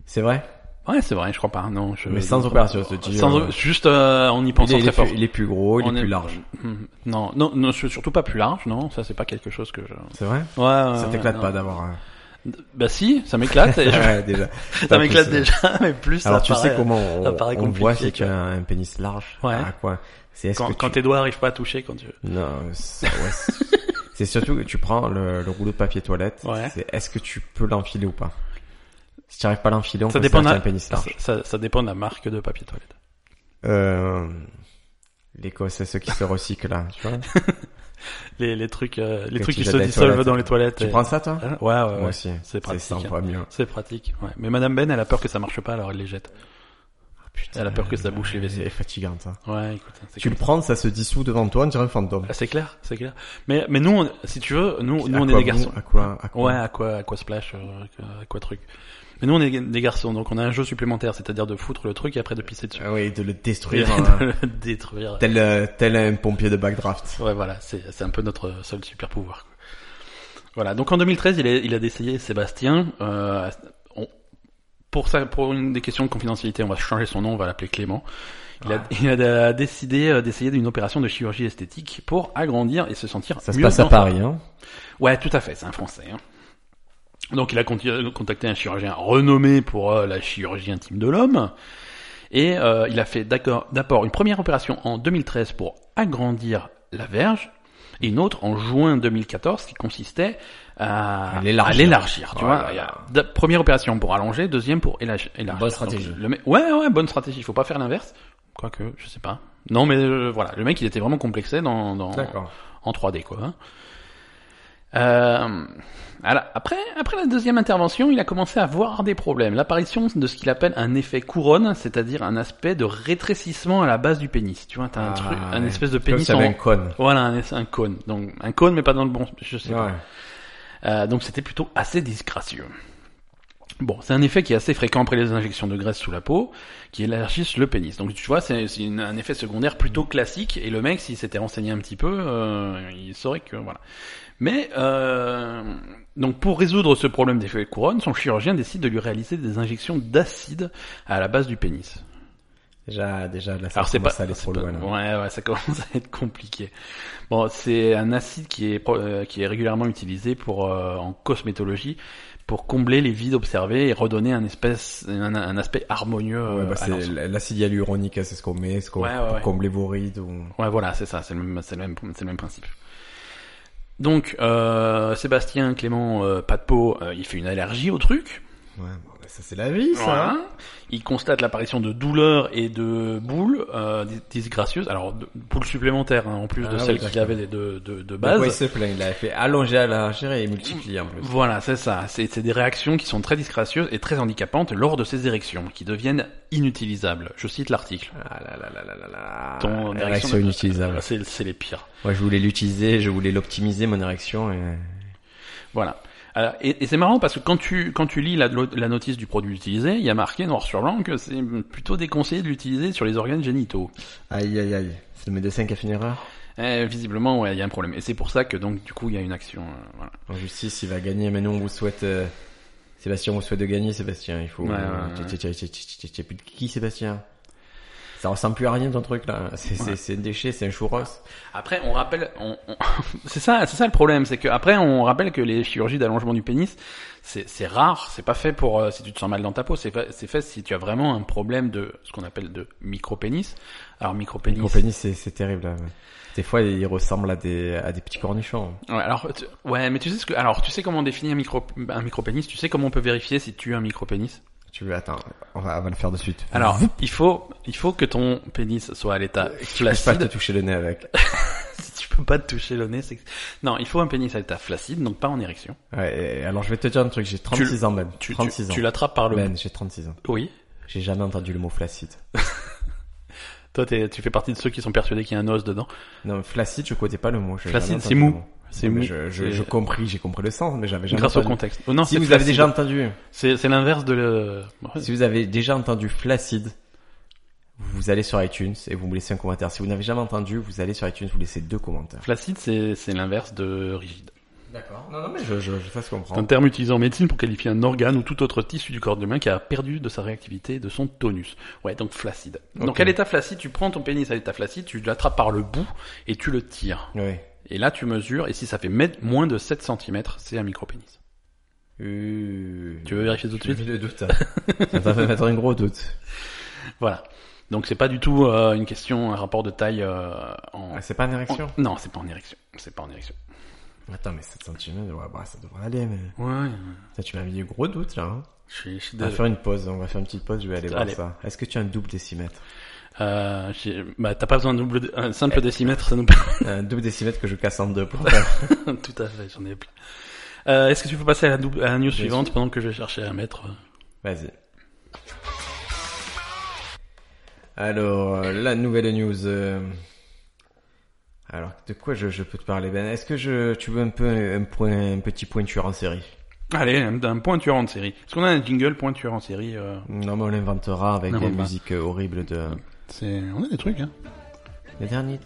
B: C'est vrai
A: Ouais, c'est vrai, je crois pas. Non, je...
B: Mais sans opération, je te dis,
A: Sans-
B: euh,
A: Juste euh, en y
B: il est,
A: pensant
B: il est
A: très fort.
B: plus, il est plus gros, il
A: On
B: est,
A: est-
B: plus large.
A: Hmm, Non, non, non, je suis surtout pas plus large, non. Ça, c'est pas quelque chose que je.
B: C'est vrai
A: Ouais.
B: Ça
A: Ah, ouais,
B: t'éclate
A: non.
B: pas d'avoir un...
A: Bah si, ça m'éclate. et je-
B: Ouais, déjà.
A: ça m'éclate
B: possible.
A: déjà, mais plus. ça
B: Alors tu
A: paraît-
B: sais comment on,
A: ça paraît
B: on voit
A: compliqué,
B: si tu as un pénis large
A: Ouais.
B: à quoi C'est est-ce
A: quand,
B: que
A: quand
B: tu-
A: tes doigts arrivent pas à toucher quand tu
B: Non, c'est ouais, c'est- c'est surtout que tu prends le, le rouleau de papier toilette.
A: Ouais.
B: C'est est-ce que tu peux l'enfiler ou pas Si tu arrives pas à l'enfiler, on
A: ça
B: peut
A: dépend de
B: un
A: la...
B: pénis
A: ça,
B: large.
A: ça- ça dépend de la marque de papier toilette
B: Euh, L'Écosse, c'est ceux qui se recyclent là. Tu, vois
A: les, les trucs euh, les
B: Que
A: trucs
B: tu
A: qui se
B: jettes dans les
A: dissolvent
B: toilettes.
A: dans les toilettes
B: euh, tu
A: et-
B: prends ça toi
A: Hein ouais ouais,
B: Moi
A: ouais.
B: aussi.
A: c'est pratique hein.
B: C'est 100 fois mieux.
A: c'est pratique ouais. mais madame Ben elle a peur que ça marche pas alors elle les jette elle a peur que ça bouche les
B: C'est
A: WC
B: fatigant ça.
A: ouais écoute c'est
B: Tu le
A: comme-
B: prends, ça se dissout devant toi, on dirait un fantôme.
A: Ah, c'est clair c'est clair mais mais nous on- si tu veux nous nous
B: À
A: on est
B: ah, quoi
A: des
B: bon
A: garçons
B: À quoi, à quoi
A: Ouais, à quoi, à quoi splash, euh, à quoi truc. Mais nous, on est des garçons, donc on a un jeu supplémentaire, c'est-à-dire de foutre le truc et après de pisser dessus.
B: Ah oui, de le
A: Et
B: détruire. hein.
A: de le détruire.
B: tel, euh, tel un pompier de backdraft.
A: Ouais, voilà, c'est c'est un peu notre seul super pouvoir. quoi. Voilà, donc en 2013, il a, il a décédé Sébastien. euh, on- pour ça, pour une des questions de confidentialité, on va changer son nom, on va l'appeler Clément. Il, a,
B: Ah.
A: il a décidé euh, d'essayer d'une opération de chirurgie esthétique pour agrandir et se sentir
B: Ça se
A: mieux
B: passe à
A: dans-
B: Paris, hein.
A: Ouais, tout à fait, c'est un Français. hein. Donc il a conti- contacté un chirurgien renommé pour euh, la chirurgie intime de l'homme. Et euh, il a fait d'accord- d'abord une première opération en 2013 pour agrandir la verge et une autre en juin 2014 qui consistait à,
B: À l'élargir.
A: à l'élargir, tu
B: Oh
A: vois.
B: là
A: Il y a
B: là.
A: d- première opération pour allonger, deuxième pour élage-
C: Bonne
A: élargir. Donc,
C: stratégie.
A: le mec- ouais, ouais, bonne stratégie. Il faut pas faire l'inverse. Quoique, je sais pas. Non, mais euh, voilà, le mec il était vraiment complexé dans, dans, en 3D quoi. hein. Euh, alors, après, après la deuxième intervention, il a commencé à voir des problèmes. L'apparition de ce qu'il appelle un effet couronne, c'est-à-dire un aspect de rétrécissement à la base du pénis. Tu vois, t'as un
B: Ah,
A: truc, un
B: ouais.
A: espèce de
B: Comme
A: pénis
B: si
A: en...
B: avait un con.
A: Voilà, un, un cône. Donc, un cône, mais pas dans le bon... Je sais pas.
B: Ouais.
A: Euh, donc c'était plutôt assez disgracieux. Bon, c'est un effet qui est assez fréquent après les injections de graisse sous la peau, qui élargissent le pénis. Donc tu vois, c'est c'est une- un effet secondaire plutôt classique, et le mec, s'il s'était renseigné un petit peu, euh, il saurait que... voilà. Mais, euh, donc pour résoudre ce problème d'effet couronne, son chirurgien décide de lui réaliser des injections d'acide à la base du pénis.
B: Déjà, déjà, là, ça
A: Alors c'est pas,
B: commence à aller
A: c'est
B: trop
A: pas-
B: loin, là.
A: ouais, ouais, ça commence à être compliqué. Bon, c'est un acide qui est pro- euh, qui est régulièrement utilisé pour euh, en cosmétologie pour combler les vides observés et redonner un espèce un, un aspect harmonieux. euh,
B: Ouais, bah,
A: à
B: c'est
A: l'ensemble.
B: l- l'acide hyaluronique, c'est ce qu'on met, ce qu'on
A: Ouais, ouais,
B: pour
A: ouais.
B: combler vos rides ou.
A: Ouais, voilà, c'est ça, c'est le même, c'est le même, c'est le même principe. Donc euh, Sébastien Clément, euh, pas de peau, euh, il fait une allergie au truc.
B: Ouais, bon, bah, ça c'est la vie, ça. hein.
A: Voilà. Il constate l'apparition de douleurs et de boules euh, dis- disgracieuses. Alors de- boules supplémentaires hein, en plus
B: Ah
A: de
B: oui,
A: celles qu'il
B: d'accord.
A: avait des- de, de, de
B: Bah,
A: base.
B: quoi, il se plaint, il a fait allonger à la gérer et multiplier en plus.
A: Voilà, c'est ça. C'est c'est des réactions qui sont très disgracieuses et très handicapantes lors de ces érections, qui deviennent inutilisables. Je cite l'article.
B: Ah là là là là là là.
A: Ton
B: Érection
A: érection de-
B: inutilisable.
A: C'est c'est les pires.
B: Moi, je voulais l'utiliser, je voulais l'optimiser mon érection et.
A: Voilà. Alors, et et c'est marrant parce que quand tu, quand tu lis la, la notice du produit utilisé, il y a marqué noir sur blanc que c'est plutôt déconseillé de l'utiliser sur les organes génitaux.
B: Aïe aïe aïe. C'est le médecin qui a fait une erreur.
A: Eh, visiblement, ouais, il y a un problème. Et c'est pour ça que donc du coup, il y a une action. euh, voilà.
B: En justice, il va gagner, mais nous on vous souhaite euh, Sébastien, on souhaite de gagner, Sébastien. Il faut.
A: Ouais, ouais,
B: euh,
A: ouais.
B: tchè, tchè, tchè, tchè, tchè, tchè, plus de qui, Sébastien Ça ressemble plus à rien ton truc là. C'est c'est- c'est un déchet, c'est un chouros.
A: Après, on rappelle, on, on- c'est ça, c'est ça le problème, c'est que après, on rappelle que les chirurgies d'allongement du pénis, c'est c'est rare, c'est pas fait pour euh, si tu te sens mal dans ta peau, c'est fa- c'est fait si tu as vraiment un problème de ce qu'on appelle de micro-pénis. Alors micro-pénis.
B: Mon pénis, c'est c'est terrible. Là. Des fois, il ressemble à des à des petits cornichons.
A: Ouais, alors tu- ouais, mais tu sais ce que, alors tu sais comment on définit un micro un micro-pénis, tu sais comment on peut vérifier si tu as un micro-pénis
B: Tu veux attends, on va, on va le faire de suite.
A: Alors, il faut il faut que ton pénis soit à l'état
B: je peux pas te
A: flaccide.
B: toucher le nez avec.
A: si tu peux pas te toucher le nez, c'est que- non, il faut un pénis à l'état flaccide, donc pas en érection.
B: Ouais, et alors je vais te dire un truc, j'ai 36 ans même.
A: Tu, tu-
B: 36 ans.
A: tu l'attrapes par le
B: Ben, j'ai 36 ans.
A: Oui.
B: J'ai jamais entendu le mot flaccide.
A: Toi, t'es- tu fais partie de ceux qui sont persuadés qu'il y a un os dedans.
B: Non, flaccide, je connais pas le mot. j'ai
A: Flaccide,
B: jamais entendu
A: c'est
B: le
A: mou.
B: mot.
A: C'est
B: Mais
A: mou.
B: Je, je,
A: C'est-
B: je compris, j'ai compris le sens, mais j'avais jamais
A: grâce au
B: entendu.
A: contexte. Oh, non,
B: Si
A: c'est
B: vous avez
A: flaccide.
B: déjà entendu,
A: c'est c'est l'inverse de le. Ouais.
B: si vous avez déjà entendu flaccide, vous allez sur iTunes et vous me laissez un commentaire. Si vous n'avez jamais entendu, vous allez sur iTunes, vous laissez deux commentaires.
A: Flaccide, c'est c'est l'inverse de rigide.
B: D'accord. Non, non, mais je, je, je ça se
A: C'est un
B: comprend.
A: terme utilisé en médecine pour qualifier un organe ou tout autre tissu du corps de l'humain qui a perdu de sa réactivité, de son tonus. Ouais, donc flaccide.
B: Ok.
A: Donc à l'état flaccide, tu prends ton pénis à l'état flaccide, tu l'attrapes par le bout et tu le tires.
B: Oui.
A: Et là, tu mesures, et si ça fait mè- moins de 7 cm, c'est un micro-pénis.
B: Euh,
A: Tu veux vérifier tout de
B: J'ai
A: suite
B: mis le doute. Ça m'a fait mettre un gros doute.
A: Voilà. Donc c'est pas du tout euh, une question, un rapport de taille euh, en...
B: Ah, c'est pas une érection
A: en- Non, c'est pas en érection. C'est pas en érection.
B: Attends, mais 7 cm, ouais, bah, ça devrait aller, mais...
A: Ouais,
B: Ça, tu m'as mis du gros doute, là. hein.
A: je suis, je suis
B: On va
A: désolé.
B: faire une pause, on va faire une petite pause, je vais aller voir
A: Allez.
B: ça. Est-ce que tu as un double décimètre
A: Euh, j'ai- bah, t'as pas besoin d'un double, un simple décimètre, ça nous parle.
B: Un double décimètre Euh, que je casse en deux pour
A: Tout à fait, j'en ai plein. Euh, est-ce que tu peux passer à la, double, à la news suivante pendant que je vais chercher à mettre euh,
B: Vas-y. Alors, euh, la nouvelle news. euh, Alors, de quoi je, je peux te parler Ben, est-ce que je, tu veux un peu un, point, un petit pointure en série
A: Allez, un, un pointure en série. Est-ce qu'on a un jingle pointure en série euh,
B: Non, mais on l'inventera avec
A: Non,
B: la
A: bah.
B: musique euh, horrible de...
A: C'est, on a des trucs, hein.
B: Le dernier.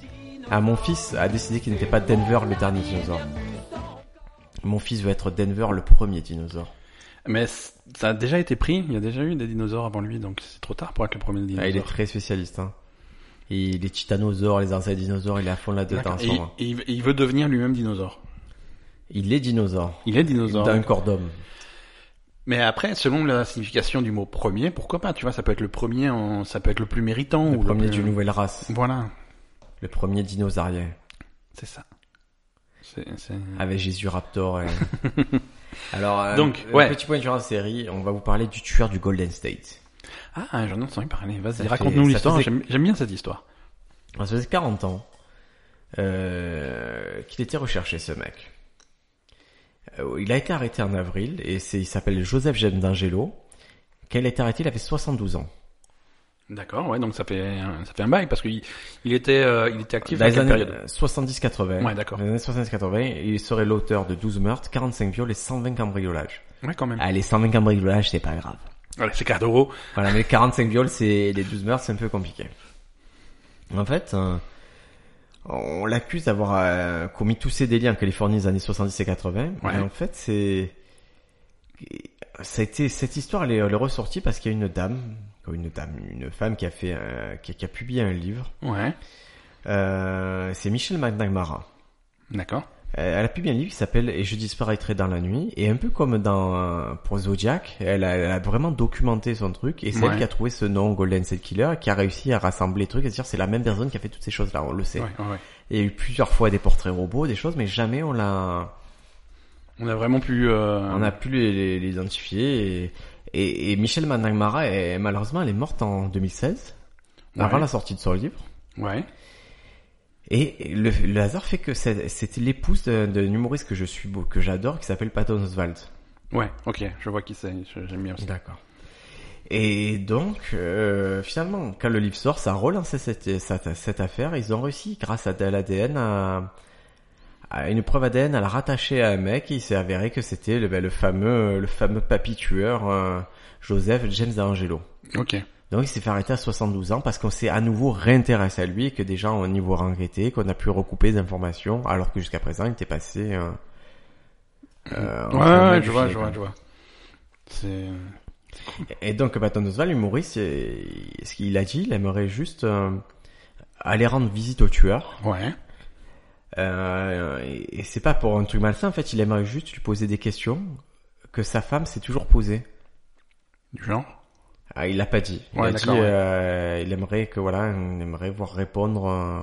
B: Ah, mon fils a décidé qu'il n'était pas Denver le dernier dinosaure. Mon fils veut être Denver le premier dinosaure.
A: Mais c- ça a déjà été pris. Il y a déjà eu des dinosaures avant lui, donc c'est trop tard pour être le premier dinosaure.
B: Ah, il est très spécialiste. Hein. Et les titanosaures, les anciens dinosaures, il est à fond là-dedans en
A: D'accord.
B: ce
A: Et,
B: moment.
A: et il- et il veut devenir lui-même dinosaure.
B: Il est dinosaure.
A: Il est
B: Dans
A: dinosaure.
B: un corps d'homme.
A: Mais après, selon la signification du mot premier, pourquoi pas Tu vois, ça peut être le premier, en- ça peut être le plus méritant
B: Le
A: ou
B: premier
A: le plus...
B: d'une nouvelle race.
A: Voilà,
B: Le premier dinosaurien.
A: c'est ça. C'est, c'est...
B: Avec Jésus Raptor. et- Alors, euh,
A: Donc,
B: un
A: ouais.
B: petit point sur la série, on va vous parler du tueur du Golden State.
A: Ah, j'en ai entendu parler.
B: Ça
A: Vas-y,
B: fait-
A: raconte-nous
B: ça
A: l'histoire.
B: faisait-
A: J'aime, j'aime bien cette histoire.
B: Alors, ça faisait 40 ans euh, qu'il était recherché, ce mec. Euh, il a été arrêté en avril et c'est, il s'appelle Joseph Jeanne d'Angelo. Quand il a été arrêté, il avait 72 ans.
A: D'accord, ouais, donc ça fait un, ça fait un bail parce qu'il il était euh, il était actif
B: Dans
A: à
B: les
A: quelle
B: années
A: période
B: 70-80.
A: Ouais, d'accord.
B: Dans les années 70-80, il serait l'auteur de 12 meurtres, 45 viols et 120 cambriolages.
A: Ouais, quand même.
B: Allez, 120 cambriolages, c'est pas grave.
A: Voilà, c'est cadeau.
B: Voilà, mais 45 viols, c'est les 12 meurtres, c'est un peu compliqué. En fait, euh, on l'accuse d'avoir euh, commis tous ces délits en Californie des années 70 et 80.
A: Ouais.
B: Et en fait, c'est ça a été cette histoire elle est, elle est ressortie parce qu'il y a une dame, une dame, une femme qui a fait un- qui, a- qui a publié un livre.
A: Ouais,
B: Euh, c'est Michelle McNamara.
A: d'accord.
B: Euh, Elle a publié un livre qui s'appelle Et je disparaîtrai dans la nuit. Et un peu comme dans euh, pour Zodiac, elle a, elle a vraiment documenté son truc. Et c'est
A: Ouais.
B: elle qui a trouvé ce nom Golden State Killer, qui a réussi à rassembler les trucs et se dire c'est la même personne qui a fait toutes ces choses-là. On le sait.
A: Ouais, ouais, ouais.
B: Il y a eu plusieurs fois des portraits robots, des choses, mais jamais on l'a,
A: On a vraiment pu. euh,
B: on a pu les- les- l'identifier. Et, et, et Michel Managmara, est, malheureusement, elle est morte en 2016, avant
A: Ouais.
B: la sortie de son livre.
A: Ouais.
B: Et le, le hasard fait que c'est- c'était l'épouse d'un d'un humoriste que je suis, beau- que j'adore, qui s'appelle Patton Oswalt.
A: Ouais, ok, je vois qui c'est, je- j'aime bien aussi.
B: D'accord. Et donc, euh, finalement, quand le livre sort, ça a relancé cette, cette, cette affaire. Ils ont réussi, grâce à de l'ADN, à, à une preuve ADN, à la rattacher à un mec. Et il s'est avéré que c'était le, ben, le fameux, le fameux papy tueur euh, Joseph James D'Angelo.
A: Ok.
B: Donc, il s'est fait arrêter à 72 ans parce qu'on s'est à nouveau réintéressé à lui et que des gens au niveau enquêté, qu'on a pu recouper des informations, alors que jusqu'à présent, il était passé... Euh,
A: Ouais,
B: euh, entre les mains
A: ouais,
B: du
A: je vois,
B: filet,
A: je
B: quoi.
A: vois, je vois. C'est.
B: Et donc Patton Oswald, l'humoriste, c'est- ce qu'il a dit, il aimerait juste euh, aller rendre visite au tueur.
A: Ouais.
B: Euh, et et c'est pas pour un truc malsain, en fait, il aimerait juste lui poser des questions que sa femme s'est toujours posées.
A: Du genre.
B: Ah, il l'a pas dit. Il
A: Ouais,
B: a dit,
A: d'accord, ouais.
B: euh, il aimerait que voilà, il aimerait voir répondre euh,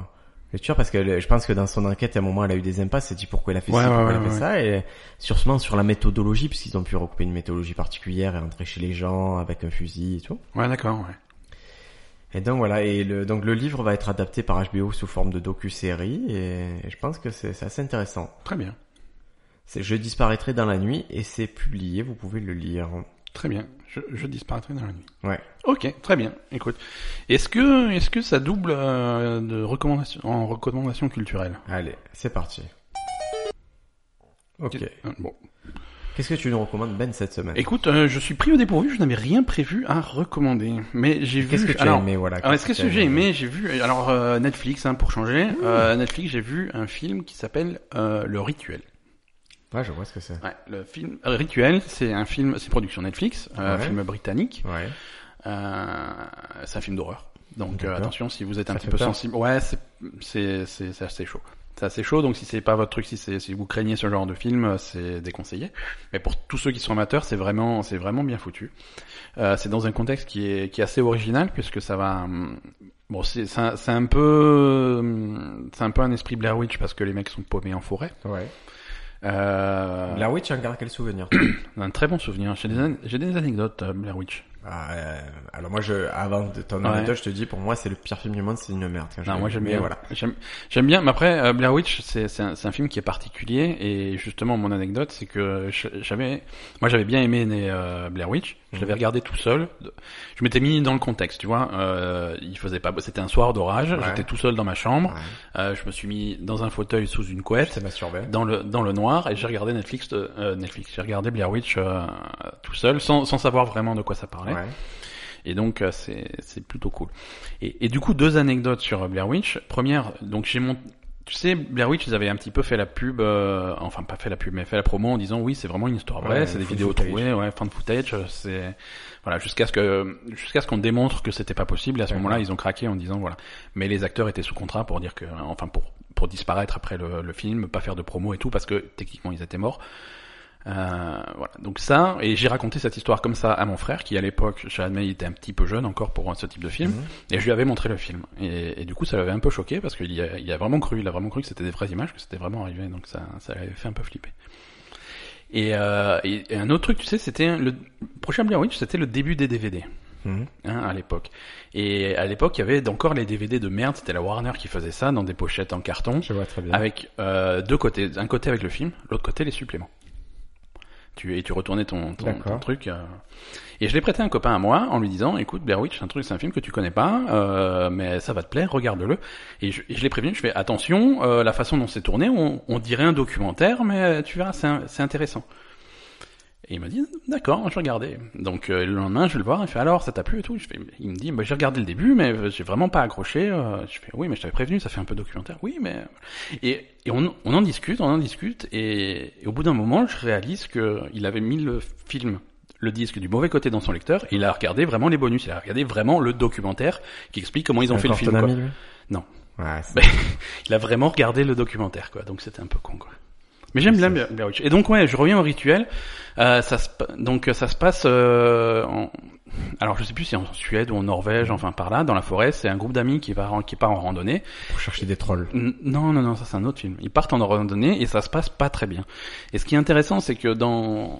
B: le tueur parce que le- je pense que dans son enquête, à un moment, elle a eu des impasses. Elle dit pourquoi il a fait
A: Ouais,
B: ça,
A: ouais,
B: pourquoi il a
A: ouais,
B: fait
A: ouais.
B: ça, et sûrement sur la méthodologie puisqu'ils ont pu recouper une méthodologie particulière et entrer chez les gens avec un fusil et tout.
A: Ouais, d'accord, ouais.
B: Et donc voilà, et le, donc le livre va être adapté par HBO sous forme de docu-série, et, et je pense que c'est c'est assez intéressant.
A: Très bien.
B: C'est Je disparaîtrai dans la nuit, et c'est publié, vous pouvez le lire.
A: Très bien. Je, je disparaîtrai dans la nuit.
B: Ouais.
A: Ok, très bien. Écoute, est-ce que est-ce que ça double euh, de recommandation en recommandation culturelle
B: Allez, c'est parti. Ok.
A: Euh, Bon.
B: Qu'est-ce que tu nous recommandes, Ben, cette semaine
A: Écoute, euh, je suis pris au dépourvu. Je n'avais rien prévu à recommander, mais j'ai vu.
B: Qu'est-ce que tu
A: alors,
B: as aimé, voilà
A: alors, est-ce que
B: tu
A: ce
B: as
A: que j'ai aimé J'ai vu. Alors euh, Netflix, hein, pour changer.
B: Mmh.
A: euh, Netflix, j'ai vu un film qui s'appelle euh, Le Rituel.
B: Ouais, je vois ce que c'est.
A: Ouais, le film euh, Rituel, c'est un film, c'est production Netflix, euh, un
B: Ouais.
A: film britannique.
B: Ouais.
A: Euh, c'est un film d'horreur. Donc euh,
B: D'accord.
A: attention si vous êtes un
B: Ça
A: petit
B: fait
A: peu
B: peur.
A: sensible. Ouais, c'est c'est c'est c'est assez chaud. C'est assez chaud. Donc si c'est pas votre truc, si c'est si vous craignez ce genre de film, euh, c'est déconseillé. Mais pour tous ceux qui sont amateurs, c'est vraiment c'est vraiment bien foutu. Euh, c'est dans un contexte qui est qui est assez original puisque ça va. hum, Bon, c'est c'est un, c'est un peu hum, c'est un peu un esprit Blair Witch parce que les mecs sont paumés en forêt.
B: Ouais.
A: Euh,
B: La Witch, un garde quel souvenir
A: un très bon souvenir. J'ai des an- j'ai des anecdotes euh, Blair Witch.
B: Ah, euh, Alors moi, je, avant de ton
A: Ouais.
B: anecdote, je te dis, pour moi, c'est le pire film du monde, c'est une merde.
A: Non, moi j'aime
B: Mais
A: bien.
B: Voilà.
A: J'aime j'aime bien. Mais après, euh, Blair Witch, c'est c'est un, c'est un film qui est particulier. Et justement, mon anecdote, c'est que je- j'avais, moi j'avais bien aimé né, euh, Blair Witch. Je
B: Mhm.
A: l'avais regardé tout seul. Je m'étais mis dans le contexte, tu vois. Euh, il faisait pas. beau. C'était un soir d'orage.
B: Ouais.
A: J'étais tout seul dans ma chambre.
B: Ouais.
A: Euh, je me suis mis dans un fauteuil sous une couette,
B: C'est masturbé.
A: dans le dans le noir, et j'ai regardé Netflix. de- euh, Netflix. J'ai regardé Blair Witch euh, tout seul, sans sans savoir vraiment de quoi ça parlait.
B: Ouais.
A: Et donc euh, c'est c'est plutôt cool. Et, et du coup deux anecdotes sur euh, Blair Witch. Première, donc j'ai mon tu sais, Blair Witch, ils avaient un petit peu fait la pub, euh, enfin pas fait la pub, mais fait la promo en disant oui, c'est vraiment une histoire vraie,
B: Ouais,
A: c'est des
B: fan
A: vidéos
B: footage.
A: trouvées, ouais, fan footage, euh, c'est voilà jusqu'à ce que jusqu'à ce qu'on démontre que c'était pas possible. Et à ce
B: Ouais.
A: moment-là, ils ont craqué en disant voilà. Mais les acteurs étaient sous contrat pour dire que, enfin pour pour disparaître après le, le film, pas faire de promo et tout parce que techniquement ils étaient morts. Euh, voilà. Donc ça, et j'ai raconté cette histoire comme ça à mon frère, qui à l'époque, j'admets, il était un petit peu jeune encore pour euh, ce type de film,
B: Mhm.
A: et je lui avais montré le film. Et, et du coup, ça l'avait un peu choqué parce qu'il y a, il y a vraiment cru, il a vraiment cru que c'était des vraies images, que c'était vraiment arrivé, donc ça, ça l'avait fait un peu flipper. Et, euh, et- et un autre truc, tu sais, c'était le prochain Blair Witch, c'était le début des DVD
B: Mhm.
A: hein, à l'époque. Et à l'époque, il y avait encore les DVD de merde. C'était la Warner qui faisait ça dans des pochettes en carton
B: Je vois très bien.
A: avec euh, deux côtés, un côté avec le film, l'autre côté les suppléments. Tu, et tu retournais ton, ton,
B: D'accord.
A: ton truc. euh. Et je l'ai prêté à un copain à moi en lui disant, écoute, Blair Witch, c'est un truc, c'est un film que tu connais pas, euh, mais ça va te plaire, regarde-le. Et je, et je l'ai prévenu, je fais, attention, euh, la façon dont c'est tourné, on, on dirait un documentaire, mais euh, tu verras, c'est un- c'est intéressant. Et il m'a dit, d'accord, je regardais. Donc euh, le lendemain, je vais le voir, il fait, alors, ça t'a plu et tout je fais, Il me dit, bah, j'ai regardé le début, mais euh, j'ai vraiment pas accroché. euh. Je fais, oui, mais je t'avais prévenu, ça fait un peu documentaire. Oui, mais... Et, et on, on en discute, on en discute, et, et au bout d'un moment, je réalise que il avait mis le film, le disque du mauvais côté dans son lecteur, et il a regardé vraiment les bonus, il a regardé vraiment le documentaire qui explique comment ils ont fait le film.
B: Encore
A: quoi.
B: ton ami, lui
A: Non.
B: Ouais, c'est-
A: Ben, il a vraiment regardé le documentaire, quoi. Donc c'était un peu con, quoi. Mais j'aime bien Blair Blair Witch. Et donc ouais, je reviens au rituel. Euh, ça se, pa- donc euh, ça se passe. euh, en... Alors je sais plus si en Suède ou en Norvège, enfin par là, dans la forêt. C'est un groupe d'amis qui va en- qui part en randonnée.
B: pour chercher des trolls.
A: N- Non, non, non, ça c'est un autre film. Ils partent en randonnée et ça se passe pas très bien. Et ce qui est intéressant, c'est que dans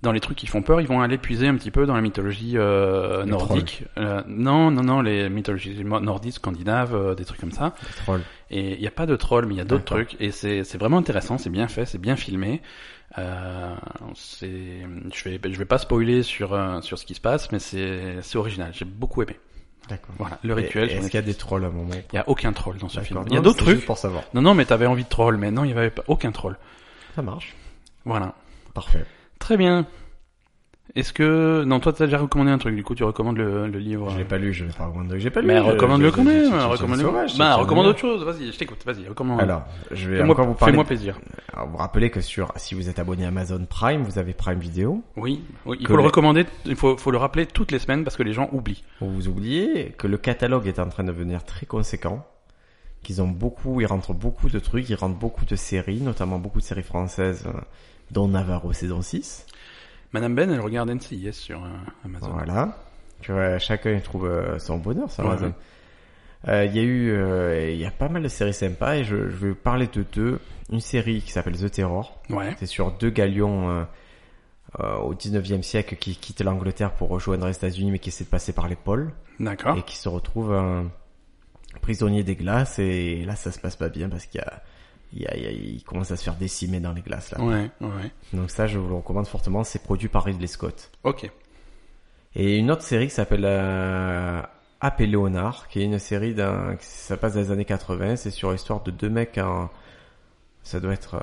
A: dans les trucs qui font peur, ils vont aller puiser un petit peu dans la mythologie euh,
B: Les
A: nordique. Euh, non, non, non, les mythologies mo- nordiques, scandinaves, euh, des trucs comme ça.
B: Des trolls.
A: Et il n'y a pas de troll, mais il y a d'autres
B: D'accord.
A: trucs. Et c'est c'est vraiment intéressant, c'est bien fait, c'est bien filmé. Euh, c'est- je vais je vais pas spoiler sur euh, sur ce qui se passe, mais c'est c'est original. J'ai beaucoup aimé.
B: D'accord.
A: Voilà, le
B: Et-
A: rituel.
B: et
A: sur
B: Est-ce qu'il y a
A: Netflix.
B: des trolls à un moment
A: Il y a aucun troll dans ce film.
B: D'accord.
A: Il y a
B: Non,
A: d'autres
B: c'est
A: trucs.
B: juste pour savoir.
A: Non, non, mais t'avais envie de troll, mais non, il n'y avait pas aucun troll.
B: Ça marche.
A: Voilà.
B: Parfait.
A: Très bien. Est-ce que non toi t'as déjà recommandé un truc du coup tu recommandes le, le livre.
B: Je l'ai
A: euh,
B: pas lu, je vais pas recommander. J'ai pas lu.
A: Mais
B: je-
A: recommande-le
B: je-
A: quand
B: je- je-
A: même.
B: je- je- je-
A: Recommande.
B: sauvage,
A: Bah
B: c'est-
A: recommande
B: c'est-
A: autre chose. Vas-y, je t'écoute. Vas-y, recommande.
B: Alors, je vais
A: Fais-moi-
B: encore vous parler.
A: fais-moi plaisir.
B: Alors, vous rappelez que sur, si vous êtes abonné à Amazon Prime, vous avez Prime Vidéo.
A: Oui, oui, il
B: Que
A: faut le
B: les-
A: recommander. Il faut, faut le rappeler toutes les semaines parce que les gens oublient.
B: Vous oubliez que le catalogue est en train de devenir très conséquent. Qu'ils ont beaucoup, ils rentrent beaucoup de trucs, ils rentrent beaucoup de séries, notamment beaucoup de séries françaises, euh, dont Navarro saison 6.
A: Madame Ben, elle regarde NCIS sur euh, Amazon.
B: Voilà. Tu vois, chacun il trouve euh, son bonheur sur
A: Ouais.
B: Amazon. Euh, Il y a eu, euh, il y a pas mal de séries sympas et je, je vais vous parler de deux. Une série qui s'appelle The Terror.
A: Ouais.
B: C'est sur deux galions euh, euh, au 19e siècle qui quittent l'Angleterre pour rejoindre les États-Unis mais qui essaient de passer par les pôles
A: D'accord.
B: et qui se retrouvent euh, prisonniers des glaces et là ça se passe pas bien parce qu'il y a, il y a- il y a- il commence à se faire décimer dans les glaces là.
A: Ouais, ouais.
B: Donc ça je vous le recommande fortement, c'est produit par Ridley Scott.
A: Ok.
B: Et une autre série qui s'appelle euh, Appelé Léonard, qui est une série d'un, qui- ça passe dans les années 80. C'est sur l'histoire de deux mecs, en- ça doit être euh,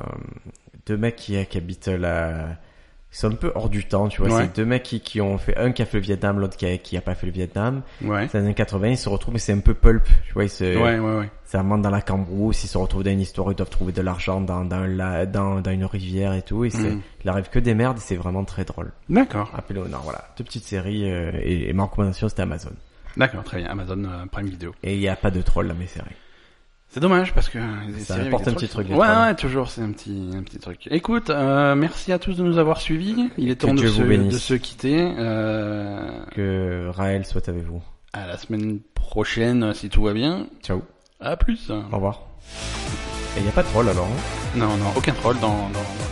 B: deux mecs qui, qui habitent la, qui sont un peu hors du temps, tu vois.
A: Ouais.
B: C'est deux mecs qui, qui ont fait un qui a fait le Vietnam, l'autre qui a, qui a pas fait le Vietnam.
A: Ouais.
B: C'est dans les années 80, ils se retrouvent, mais c'est un peu pulp, tu vois. Ils se,
A: Ouais, ouais, ouais.
B: ça monte dans la cambrousse, ils se retrouvent dans une histoire, ils doivent trouver de l'argent dans, dans, la, dans, dans une rivière et tout. Et c'est,
A: Mm.
B: il arrive que des merdes, et c'est vraiment très drôle.
A: D'accord.
B: Appelé au Nord, voilà. Deux petites séries euh, et, et ma recommandation c'était Amazon.
A: D'accord, très bien. Amazon euh, Prime Video.
B: Et il n'y a pas de troll dans mes séries.
A: C'est dommage parce que euh,
B: Ça
A: séries
B: apporte
A: avec
B: un
A: des
B: petit
A: trucs-
B: truc, les
A: Ouais,
B: trois.
A: ouais, toujours, c'est un petit, un petit truc. Écoute, euh, merci à tous de nous avoir suivis. Il est temps de
B: Dieu
A: se,
B: vous bénisse.
A: de se quitter. Euh,
B: Que Raël soit avec vous.
A: à la semaine prochaine, si tout va bien.
B: Ciao.
A: À plus.
B: Au revoir. Et il n'y a pas de troll alors. hein
A: Non, non, aucun troll dans, dans, dans